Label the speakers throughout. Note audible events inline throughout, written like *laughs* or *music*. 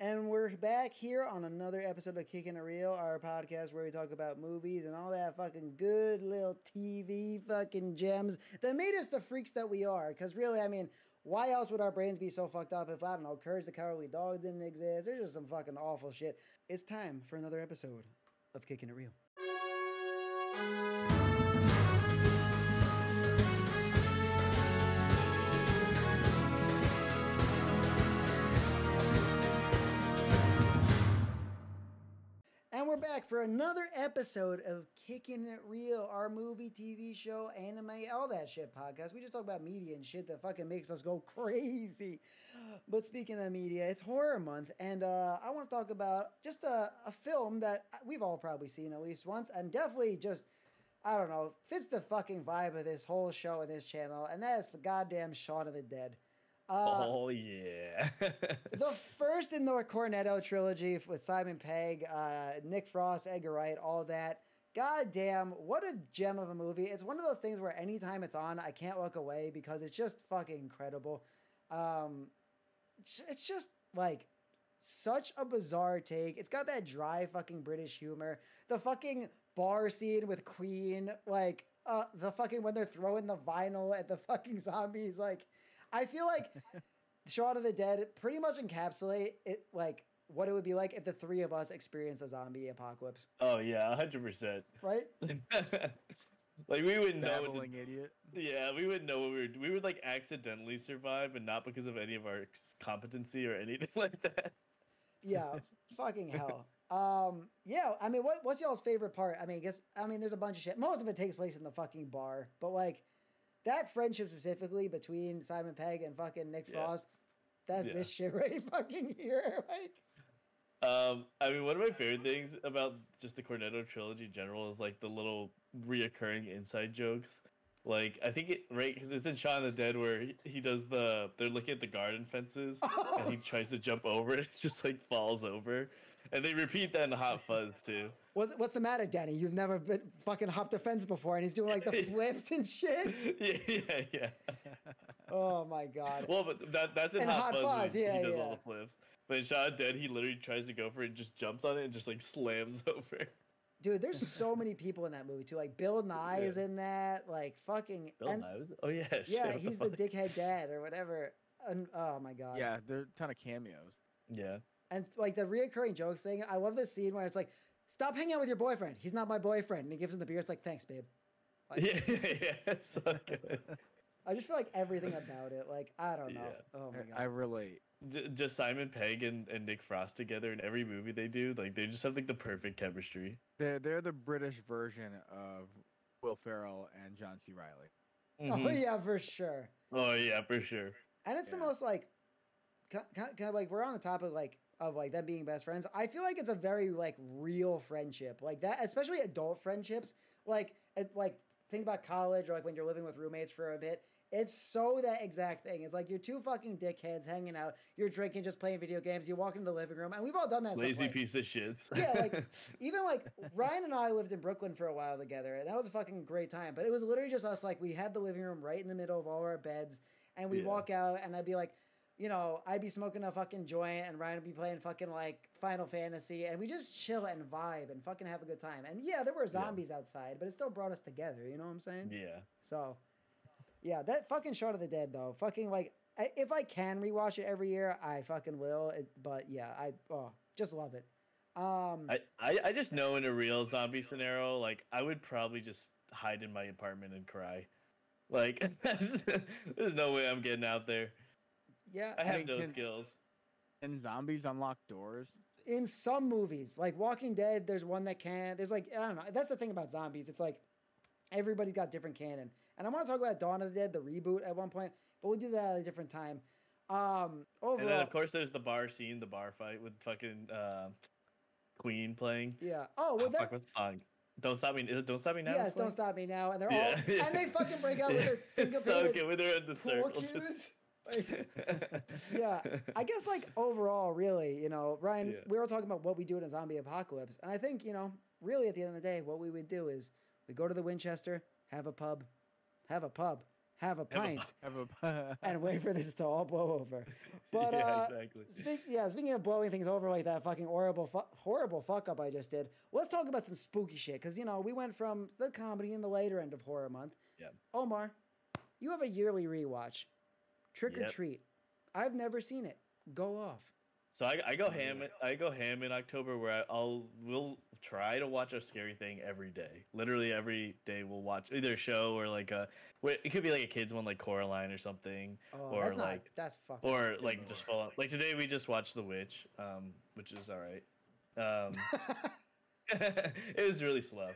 Speaker 1: And we're back here on another episode of Kicking It Real, our podcast where we talk about movies and all that fucking good little TV fucking gems that made us the freaks that we are. Because really, I mean, why else would our brains be so fucked up if, I don't know, Courage the Cowardly Dog didn't exist? There's just some fucking awful shit. It's time for another episode of Kicking It Real. And we're back for another episode of Kicking It Real, our movie, TV show, anime, all that shit podcast. We just talk about media and shit that fucking makes us go crazy. But speaking of media, it's horror month, and uh, I want to talk about just a, a film that we've all probably seen at least once, and definitely just, I don't know, fits the fucking vibe of this whole show and this channel, and that is the goddamn Shaun of the Dead. Uh,
Speaker 2: oh yeah. *laughs*
Speaker 1: the first in the Cornetto trilogy with Simon Pegg, uh, Nick Frost, Edgar Wright, all that. God damn, what a gem of a movie. It's one of those things where anytime it's on, I can't look away because it's just fucking incredible. Um, it's it's just like such a bizarre take. It's got that dry fucking British humor. The fucking bar scene with Queen, like uh, the fucking when they're throwing the vinyl at the fucking zombies. Like, I feel like Shaun of the Dead pretty much encapsulate it, like what it would be like if the three of us experienced a zombie apocalypse,
Speaker 2: oh yeah, hundred percent. *laughs*
Speaker 1: right? *laughs*
Speaker 2: Like we wouldn't know. what
Speaker 3: Babbling idiot.
Speaker 2: to- yeah, we wouldn't know what we were. We would like accidentally survive, and not because of any of our ex- competency or anything *laughs* like that.
Speaker 1: yeah, fucking hell. Um, yeah, I mean, what what's y'all's favorite part? I mean, I guess I mean there's a bunch of shit. Most of it takes place in the fucking bar, but like that friendship specifically between Simon Pegg and fucking Nick
Speaker 2: Yeah.
Speaker 1: Frost, that's
Speaker 2: Yeah.
Speaker 1: this shit *laughs* right fucking here. Like, *laughs*
Speaker 2: Um, I mean, one of my favorite things about just the Cornetto trilogy in general is like the little reoccurring inside jokes. Like I think it right because it's in Shaun of the Dead where he, he does the they're looking at the garden fences and
Speaker 1: oh,
Speaker 2: he tries to jump over it, *laughs* it just like falls over, and they repeat that in Hot Fuzz too. *laughs*
Speaker 1: what's what's the matter, Danny? You've never been fucking hopped a fence before, and he's doing like
Speaker 2: *laughs*
Speaker 1: the flips and shit.
Speaker 2: yeah, yeah, yeah.
Speaker 1: Oh my god.
Speaker 2: Well, but that, that's in
Speaker 1: And
Speaker 2: Hot, Fuzz. when
Speaker 1: yeah,
Speaker 2: he does
Speaker 1: yeah.
Speaker 2: all the flips. But in Shaun of the Dead, he literally tries to go for it, and just jumps on it, and just like slams *laughs* over.
Speaker 1: Dude,
Speaker 3: *laughs*
Speaker 1: there's so many people in that movie too. Like Bill Nye is
Speaker 2: Yeah.
Speaker 1: in that. Like fucking
Speaker 2: Bill
Speaker 1: and-
Speaker 2: Nye was- Oh yeah, *laughs* shit,
Speaker 1: yeah,
Speaker 2: what
Speaker 1: he's the
Speaker 2: fuck?
Speaker 1: dickhead dad or whatever. And, oh my god.
Speaker 3: Yeah, there are a ton of cameos.
Speaker 2: Yeah.
Speaker 1: And like the reoccurring joke thing, I love the scene where it's like, "Stop hanging out with your boyfriend. He's not my boyfriend." And he gives him the beer. It's like, "Thanks, babe."
Speaker 2: *laughs* yeah, yeah, it's so
Speaker 1: *laughs*
Speaker 2: good.
Speaker 1: I just feel like everything about it. Like I don't know. *laughs*
Speaker 2: Yeah.
Speaker 1: Oh my god.
Speaker 3: I relate.
Speaker 2: J- Just Simon Pegg and, and Nick Frost together in every movie they do, like they just have like the perfect chemistry.
Speaker 3: They're they're the British version of Will Ferrell and John C. Riley.
Speaker 1: Oh
Speaker 3: mm-hmm.
Speaker 2: Mhm.
Speaker 1: yeah, for sure.
Speaker 2: Oh yeah, for sure.
Speaker 1: And it's the
Speaker 3: Yeah.
Speaker 1: most like, kind of like we're on the topic like of like them being best friends. I feel like it's a very like real friendship like that, especially adult friendships. Like it, like think about college or like when you're living with roommates for a bit. It's so that exact thing. It's like you're two fucking dickheads hanging out. You're drinking, just playing video games. You walk into the living room, and we've all done that. at some
Speaker 2: Lazy
Speaker 1: point.
Speaker 2: piece of shits.
Speaker 1: Yeah, like even like Ryan and I lived in Brooklyn for a while together, and that was a fucking great time. But it was literally just us. Like we had the living room right in the middle of all our beds, and we'd
Speaker 2: Yeah.
Speaker 1: walk out, and I'd be like, you know, I'd be smoking a fucking joint, and Ryan would be playing fucking like Final Fantasy, and we just chill and vibe and fucking have a good time. And yeah, there were zombies outside, but it still brought us together. You know what I'm saying?
Speaker 2: *laughs* yeah.
Speaker 1: So, yeah, that fucking Shaun of the Dead though, fucking like I, if I can rewatch it every year, I fucking will. It, but yeah, I oh, just love it. Um,
Speaker 2: I, I, I just know in a real zombie scenario, like I would probably just hide in my apartment and cry. Like *laughs* there's no way I'm getting out there.
Speaker 1: yeah,
Speaker 2: I have
Speaker 3: mean,
Speaker 2: no
Speaker 3: can-
Speaker 2: skills.
Speaker 3: And zombies unlock doors.
Speaker 1: in some movies, like Walking Dead, there's one that can. There's like I don't know. That's the thing about zombies. It's like everybody's got different canon. And I want to talk about Dawn of the Dead, the reboot, at one point, but we'll do that at a different time. Um,
Speaker 2: And then
Speaker 1: overall,
Speaker 2: of course there's the bar scene, the bar fight with fucking uh, Queen playing.
Speaker 1: yeah. Oh,
Speaker 2: Oh,
Speaker 1: well,
Speaker 2: fuck
Speaker 1: that,
Speaker 2: what's the song? Don't stop me! Is it Don't stop me now?
Speaker 1: yes,
Speaker 2: it's
Speaker 1: don't
Speaker 2: playing?
Speaker 1: stop me now. And they're all
Speaker 2: Yeah.
Speaker 1: and they fucking break out
Speaker 2: *laughs*
Speaker 1: with a single
Speaker 2: It's so good when they're in the
Speaker 1: pool
Speaker 2: circle.
Speaker 1: cues.
Speaker 2: Just... *laughs*
Speaker 1: Like, yeah, I guess like overall, really, you know, Ryan,
Speaker 2: Yeah.
Speaker 1: we were talking about what we do in a zombie apocalypse, and I think you know, really, at the end of the day, what we would do is we go to the Winchester, have a pub, have a pub, have a pint,
Speaker 3: *laughs* Have a
Speaker 1: and wait for this to all blow *laughs* over. But
Speaker 2: yeah,
Speaker 1: uh,
Speaker 2: exactly.
Speaker 1: Speak, yeah, speaking of blowing things over like that fucking horrible, fu- horrible fuck up I just did, let's talk about some spooky shit. Because, you know, we went from the comedy and the later end of horror month.
Speaker 2: Yeah.
Speaker 1: Omar, you have a yearly rewatch Trick or
Speaker 2: Yep.
Speaker 1: Treat. I've never seen it. Go off.
Speaker 2: So I, I go
Speaker 3: Oh,
Speaker 2: ham.
Speaker 3: yeah.
Speaker 2: I go ham in October where I, I'll we'll try to watch a scary thing every day. Literally every day we'll watch either a show or like a. wait, It could be like a kids one like Coraline or something,
Speaker 1: Oh,
Speaker 2: Or,
Speaker 1: that's not,
Speaker 2: like-
Speaker 1: that's fucking.
Speaker 2: or like just fall like today we just watched The Witch, um, which is all right. Um, *laughs* it was really slow,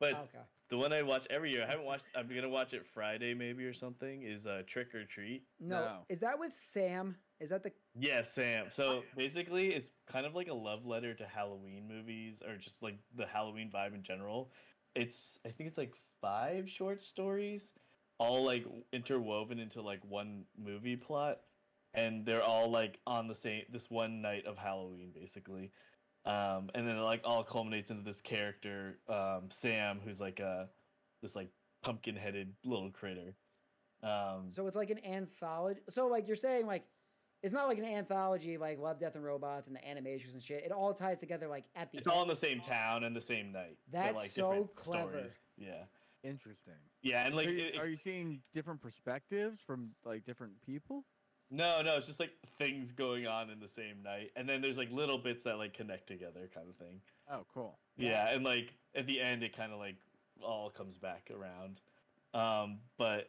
Speaker 2: but
Speaker 3: Oh.
Speaker 1: okay.
Speaker 2: the one I watch every year I haven't watched. I'm gonna watch it Friday maybe or something. Is uh, Trick or Treat.
Speaker 1: No.
Speaker 3: No.
Speaker 1: Is that with Sam? Is that the.
Speaker 2: Yeah, Sam. So basically, it's kind of like a love letter to Halloween movies or just like the Halloween vibe in general. It's, I think it's like five short stories, all like interwoven into like one movie plot. And they're all like on the same, this one night of Halloween, basically. Um, and then it like all culminates into this character, um, Sam, who's like a, this like pumpkin headed little critter. Um,
Speaker 1: So it's like an anthology. So, like, you're saying, like, it's not like an anthology of like Love, Death, and Robots and the animations and shit. It all ties together, like, at the
Speaker 2: It's all in the same town and the same night. but,
Speaker 1: That's so
Speaker 2: different
Speaker 1: clever.
Speaker 2: Yeah.
Speaker 3: interesting.
Speaker 2: Yeah, and like
Speaker 3: are, you,
Speaker 2: it- it-
Speaker 3: are you seeing different perspectives from like different people?
Speaker 2: no, no, it's just like things going on in the same night, and then there's like little bits that like connect together, kind of thing.
Speaker 3: Oh, cool.
Speaker 2: Yeah, and like at the end, it kind of like all comes back around. Um, but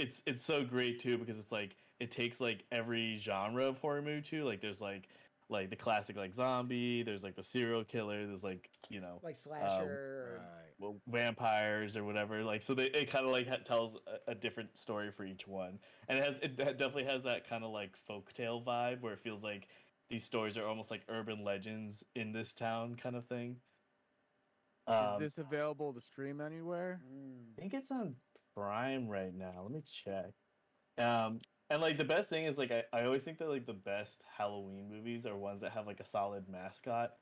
Speaker 2: it's it's so great too because it's like it takes like every genre of horror movie too. Like there's like like the classic like zombie. There's like the serial killer. There's like you know
Speaker 1: like
Speaker 2: Um,
Speaker 1: slasher. or-
Speaker 3: Right.
Speaker 2: well, vampires or whatever. Like so, they it kind of like ha- tells a, a different story for each one, and it has it de- definitely has that kind of like folktale vibe where it feels like these stories are almost like urban legends in this town kind of thing. Um,
Speaker 3: Is this available to stream anywhere?
Speaker 1: Mm.
Speaker 2: I think it's on Prime right now. Let me check. Um, and like the best thing is like I, I always think that like the best Halloween movies are ones that have like a solid mascot.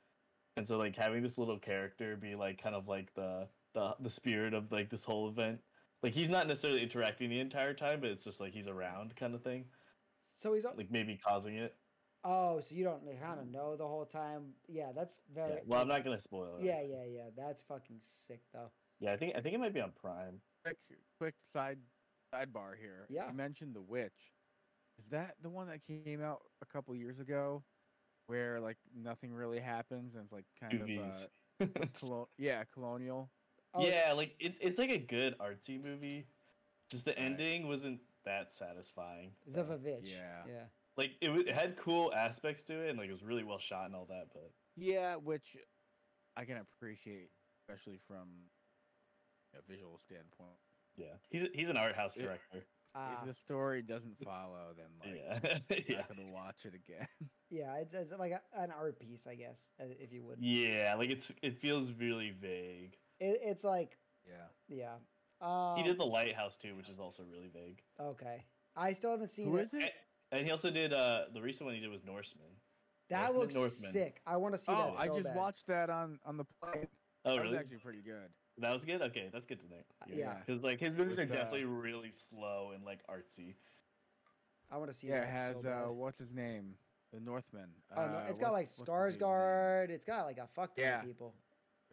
Speaker 2: And so like having this little character be like kind of like the the, the spirit of like this whole event. Like he's not necessarily interacting the entire time, but it's just like he's around kind of thing.
Speaker 1: So he's al-
Speaker 2: Like maybe causing it.
Speaker 1: oh, so you don't kind of know the whole time. Yeah, that's
Speaker 2: Yeah.
Speaker 1: very.
Speaker 2: Well, I'm not gonna spoil it.
Speaker 1: Yeah, yeah, yeah. That's fucking sick though.
Speaker 2: Yeah, I think I think it might be on Prime.
Speaker 3: Quick, quick side sidebar here.
Speaker 1: Yeah.
Speaker 3: You mentioned the witch. Is that the one that came out a couple years ago, where like nothing really happens and it's like kind
Speaker 2: Movies.
Speaker 3: of
Speaker 2: *laughs*
Speaker 3: uh, colo- yeah, colonial.
Speaker 1: Oh,
Speaker 2: yeah, like it's it's like a good artsy movie. Just the
Speaker 3: Right.
Speaker 2: ending wasn't that satisfying.
Speaker 1: The Vavitch.
Speaker 3: Yeah.
Speaker 1: Yeah.
Speaker 2: Like it, w- it had cool aspects to it, and like it was really well shot and all that. But
Speaker 3: Yeah, which I can appreciate, especially from a visual standpoint.
Speaker 2: yeah, he's he's an art house
Speaker 3: It-
Speaker 2: director.
Speaker 1: Uh,
Speaker 3: if the story doesn't follow, then like
Speaker 2: *laughs* yeah,
Speaker 3: I'm
Speaker 2: yeah,
Speaker 3: not gonna watch it again. *laughs*
Speaker 1: yeah. It's, it's like a, an art piece, I guess, uh, if you would.
Speaker 2: yeah. Like it's it feels really vague.
Speaker 1: It, it's like
Speaker 3: yeah.
Speaker 1: yeah. Um,
Speaker 2: he did the lighthouse too, which is also really vague.
Speaker 1: okay. I still haven't seen
Speaker 3: Who
Speaker 1: it.
Speaker 3: is it?
Speaker 2: And he also did uh the recent one he did was Norseman.
Speaker 1: That
Speaker 2: Northman-
Speaker 1: looks
Speaker 2: Northman.
Speaker 1: sick. I want to see
Speaker 3: Oh,
Speaker 1: that.
Speaker 3: I
Speaker 1: so
Speaker 3: just
Speaker 1: bad.
Speaker 3: watched that on on the plane.
Speaker 2: Oh
Speaker 3: that
Speaker 2: really?
Speaker 3: was actually pretty good.
Speaker 2: that was good. Okay, that's good to
Speaker 3: *laughs*
Speaker 2: know.
Speaker 1: yeah.
Speaker 2: because like his movies
Speaker 3: With,
Speaker 2: are
Speaker 3: uh,
Speaker 2: definitely really slow and like artsy.
Speaker 1: I want to see.
Speaker 3: Yeah,
Speaker 1: that
Speaker 3: it has
Speaker 1: so bad.
Speaker 3: uh, what's his name, the Northman.
Speaker 1: Oh, no,
Speaker 3: Uh,
Speaker 1: it's got
Speaker 3: what-
Speaker 1: like
Speaker 3: what's the dude's name?
Speaker 1: Skarsgård. It's got like a fuck ton
Speaker 3: Yeah.
Speaker 1: of people.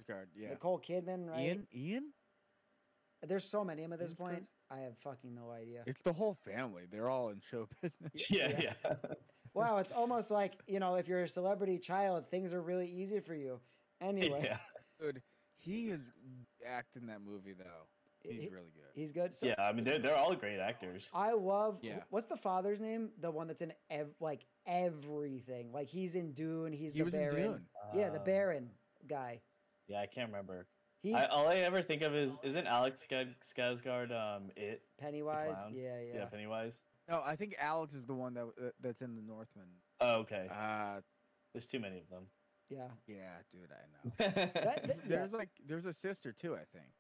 Speaker 3: Skarsgård, yeah.
Speaker 1: Nicole Kidman, right?
Speaker 3: Ian, Ian.
Speaker 1: There's so many of 'em at this
Speaker 3: Ian Scott?
Speaker 1: point. I have fucking no idea.
Speaker 3: It's the whole family. They're all in show *laughs*
Speaker 2: *laughs*
Speaker 3: business.
Speaker 2: Yeah,
Speaker 1: yeah.
Speaker 2: yeah.
Speaker 1: Wow, it's almost like you know, if you're a celebrity child, things are really easy for you. Anyway,
Speaker 2: *laughs* yeah.
Speaker 3: Dude, he is acting that movie though.
Speaker 1: *laughs*
Speaker 3: He's
Speaker 1: he-
Speaker 3: really good.
Speaker 1: he's good. So
Speaker 2: yeah, I mean they're they're all great actors.
Speaker 1: I love.
Speaker 3: Yeah.
Speaker 1: What's the father's name? The one that's in ev- like everything. Like he's in Dune. He's
Speaker 3: He
Speaker 1: the
Speaker 3: was in
Speaker 1: Baron.
Speaker 3: Dune.
Speaker 1: Yeah, the
Speaker 2: Um,
Speaker 1: Baron guy.
Speaker 2: Yeah, I can't remember.
Speaker 1: He's
Speaker 2: I, uh, all I ever think of is isn't Alex Skag- Skarsgård um it
Speaker 1: Pennywise.
Speaker 2: clown.
Speaker 1: Yeah,
Speaker 2: yeah,
Speaker 1: yeah.
Speaker 2: Pennywise.
Speaker 3: No, I think Alex is the one that w- that- that's in the Northman.
Speaker 2: Oh, okay.
Speaker 3: Uh,
Speaker 2: There's too many of them.
Speaker 1: Yeah.
Speaker 3: yeah, dude, I know.
Speaker 2: *laughs*
Speaker 1: That- that- *laughs* yeah.
Speaker 3: There's like there's a sister too, I think.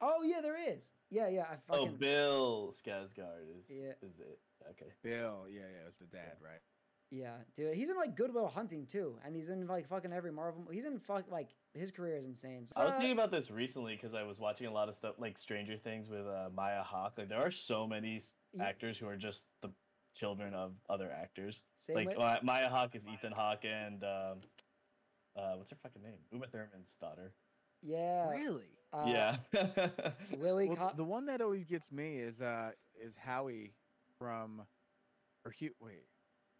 Speaker 1: Oh yeah, there is. Yeah, yeah. I
Speaker 2: oh,
Speaker 1: fucking.
Speaker 2: Bill Skarsgård is
Speaker 1: Yeah.
Speaker 2: is it? Okay.
Speaker 3: Bill, yeah, yeah, it was the dad, right?
Speaker 1: Yeah, dude, he's in like Goodwill Hunting too, and he's in like fucking every Marvel. mo- He's in fuck like his career is insane. So,
Speaker 2: I was thinking about this recently because I was watching a lot of stuff like Stranger Things with uh, Maya Hawke. Like there are so many s-
Speaker 1: Ye-
Speaker 2: actors who are just the children of other actors.
Speaker 1: same
Speaker 2: like
Speaker 1: way-
Speaker 2: Ma- Maya Hawke is Ethan Hawke and um, uh, what's her fucking name? Uma Thurman's daughter.
Speaker 1: yeah,
Speaker 3: really?
Speaker 1: uh,
Speaker 2: yeah. *laughs*
Speaker 1: Lily,
Speaker 3: Well,
Speaker 1: Co-
Speaker 3: the one that always gets me is uh is Howie from or Hugh wait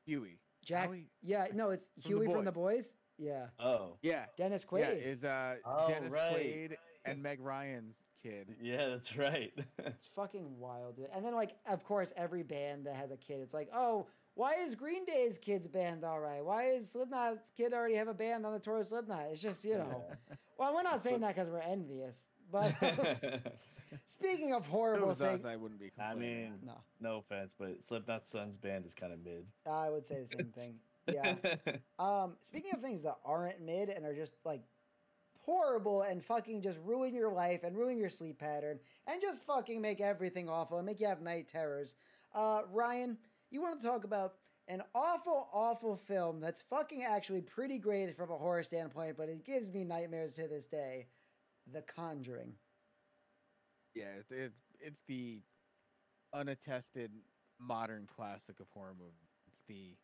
Speaker 3: Huey
Speaker 1: Jack.
Speaker 3: Howie?
Speaker 1: Yeah, no, it's
Speaker 3: the
Speaker 1: Huey from the Boys. Yeah,
Speaker 2: oh.
Speaker 3: yeah
Speaker 1: Dennis Quaid.
Speaker 3: yeah is uh
Speaker 2: Oh,
Speaker 3: Dennis
Speaker 2: right.
Speaker 3: Quaid and Meg Ryan's kid
Speaker 2: Yeah, that's right.
Speaker 1: It's fucking wild, dude. And then like, of course, every band that has a kid, it's like, oh, why is Green Day's kid's band all right? Why is Slipknot's kid already have a band on the tour of Slipknot? It's just you
Speaker 3: *laughs*
Speaker 1: know. Well, we're not saying that because we're envious. But *laughs* speaking of
Speaker 3: If it
Speaker 1: horrible
Speaker 3: was us, eh?
Speaker 1: things,
Speaker 3: I wouldn't be
Speaker 2: I
Speaker 3: complaining.
Speaker 2: mean,
Speaker 1: no,
Speaker 2: *laughs* no offense, but Slipknot's Sons band is kind of mid.
Speaker 1: I would say the same thing.
Speaker 3: *laughs*
Speaker 1: Yeah. Um, speaking of things that aren't mid and are just like horrible and fucking just ruin your life and ruin your sleep pattern and just fucking make everything awful and make you have night terrors. Uh, Ryan, you want to talk about an awful, awful film that's fucking actually pretty great from a horror standpoint, but it gives me nightmares to this day. The Conjuring.
Speaker 3: yeah it's it's it's the unattested modern classic of horror movie. It's the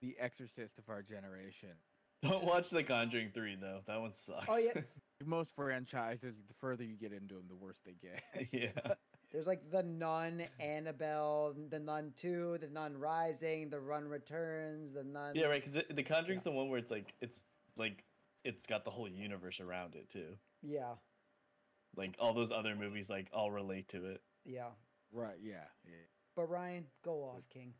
Speaker 3: the Exorcist of our generation.
Speaker 2: *laughs* Don't watch The Conjuring 3, though. That one sucks.
Speaker 1: Oh, yeah.
Speaker 3: Most franchises, the further you get into them, the worse they get.
Speaker 2: *laughs*
Speaker 1: *laughs*
Speaker 2: yeah.
Speaker 1: There's like the Nun, Annabelle, the Nun Two, the Nun Rising, the Run Returns, the Nun.
Speaker 2: Yeah, right. Because The Conjuring's the one where it's like, it's like, it's got the whole universe around it, too.
Speaker 1: Yeah,
Speaker 2: Like, all those other movies, like, all relate to it.
Speaker 1: yeah.
Speaker 3: right? Yeah. yeah.
Speaker 1: But Ryan, go off, King.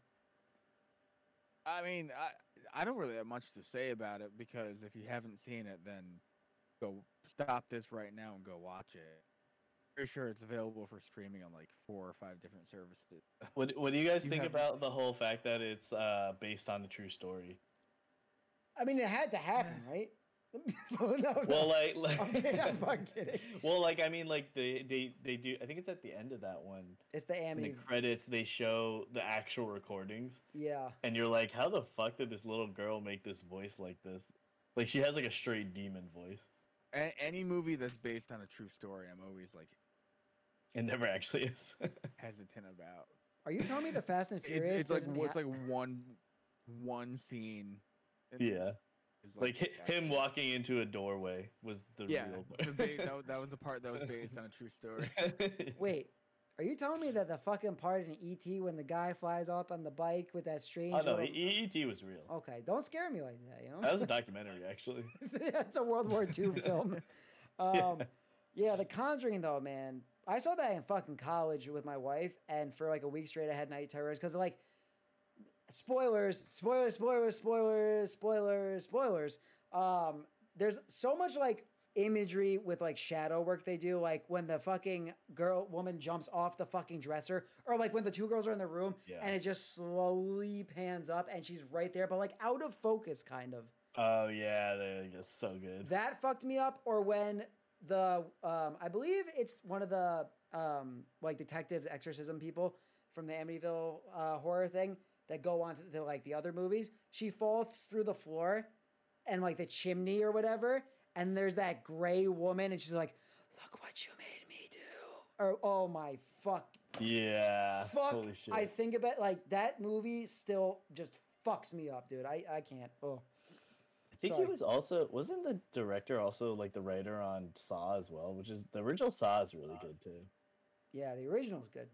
Speaker 3: I mean, I I don't really have much to say about it because if you haven't seen it, then go stop this right now and go watch it. Pretty sure it's available for streaming on like four or five different services.
Speaker 2: What, what do you guys
Speaker 3: You
Speaker 2: think
Speaker 3: have-
Speaker 2: about the whole fact that it's uh, based on a true story?
Speaker 1: I mean, it had to happen, *sighs* right? *laughs* well, no, no.
Speaker 2: *laughs* Well, like, like
Speaker 1: Okay, I'm fucking kidding.
Speaker 2: *laughs* well, like, I mean, like, they, they, they do, I think it's at the end of that one.
Speaker 1: it's the
Speaker 2: In the
Speaker 1: Amityville.
Speaker 2: credits, they show the actual recordings.
Speaker 1: yeah,
Speaker 2: and you're like, how the fuck did this little girl make this voice like this? Like she has like a straight demon voice.
Speaker 3: A- any movie that's based on a true story, I'm always like
Speaker 2: It never actually is. *laughs*
Speaker 3: hesitant about.
Speaker 1: are you telling me the Fast and
Speaker 3: *laughs* It's,
Speaker 1: Furious?
Speaker 3: it's like
Speaker 1: didn't
Speaker 3: w- it's
Speaker 1: ha-
Speaker 3: like one one scene. and
Speaker 2: yeah,
Speaker 3: it's
Speaker 2: like hi-
Speaker 3: that's
Speaker 2: him
Speaker 3: it.
Speaker 2: walking into a doorway was the
Speaker 3: Yeah,
Speaker 2: real.
Speaker 3: the
Speaker 2: *laughs*
Speaker 3: ba- that, wa- that was the part that was based on a true story.
Speaker 1: Wait, are you telling me that the fucking part in ET when the guy flies up on the bike with that strange?
Speaker 2: oh no,
Speaker 1: little-
Speaker 2: E- EET was real.
Speaker 1: okay, don't scare me like that. You
Speaker 3: Uh,
Speaker 1: know,
Speaker 2: That was a documentary
Speaker 1: *laughs*
Speaker 2: actually.
Speaker 1: That's a World War II film. Um,
Speaker 2: Yeah.
Speaker 1: yeah. The Conjuring, though, man. I saw that in fucking college with my wife, and for like a week straight, I had night terrors because, like, spoilers, spoilers, spoilers, spoilers, spoilers, spoilers. Um, there's so much like imagery with like shadow work they do, like when the fucking girl woman jumps off the fucking dresser, or like when the two girls are in the room
Speaker 2: Yeah.
Speaker 1: and it just slowly pans up and she's right there, but like out of focus, kind of.
Speaker 2: oh yeah, they- that's so good.
Speaker 1: That fucked me up. Or when the um, I believe it's one of the um, like detectives, exorcism people from the Amityville uh, horror thing that go on to the, like the other movies. She falls through the floor and like the chimney or whatever, and there's that gray woman, and she's like, "Look what you made me do." Or oh my fuck,
Speaker 2: yeah,
Speaker 1: fuck!
Speaker 2: holy shit.
Speaker 1: I think about like that movie still just fucks me up, dude. I I can't. Oh.
Speaker 2: I think
Speaker 1: Sorry.
Speaker 2: he was also wasn't the director also like the writer on Saw as well, which is the original Saw is really good too.
Speaker 1: Yeah, the original's good.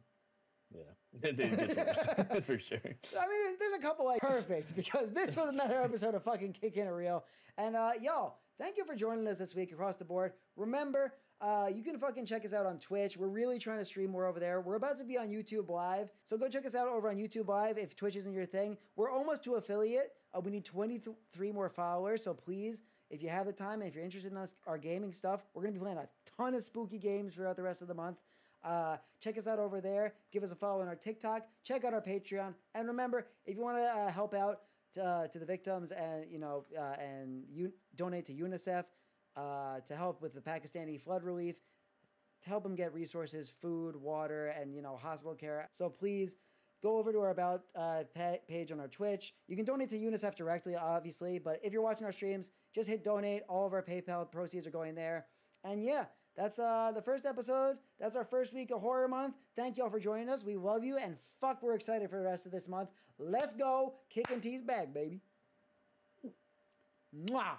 Speaker 2: Yeah, *laughs* it gets worse *laughs* for sure.
Speaker 1: I mean, there- there's a couple like perfect because this was another episode of fucking Kick in a Reel. And uh, y'all, thank you for joining us this week across the board. Remember, uh, you can fucking check us out on Twitch. We're really trying to stream more over there. We're about to be on YouTube Live, so go check us out over on YouTube Live if Twitch isn't your thing. We're almost to affiliate. Uh, we need 23 more followers, so please, if you have the time and if you're interested in us, our gaming stuff, we're gonna be playing a ton of spooky games throughout the rest of the month. Uh, check us out over there. Give us a follow on our TikTok. Check out our Patreon. And remember, if you want to uh, help out to, uh, to the victims and you know uh, and you donate to UNICEF uh, to help with the Pakistani flood relief, to help them get resources, food, water, and you know hospital care. So please Go over to our about uh, pa- page on our Twitch. You can donate to UNICEF directly, obviously, but if you're watching our streams, just hit donate. All of our PayPal proceeds are going there. And yeah, that's uh, the first episode. That's our first week of Horror Month. Thank you all for joining us. We love you, and fuck, we're excited for the rest of this month. Let's go, kick and tease back, baby. Mwah.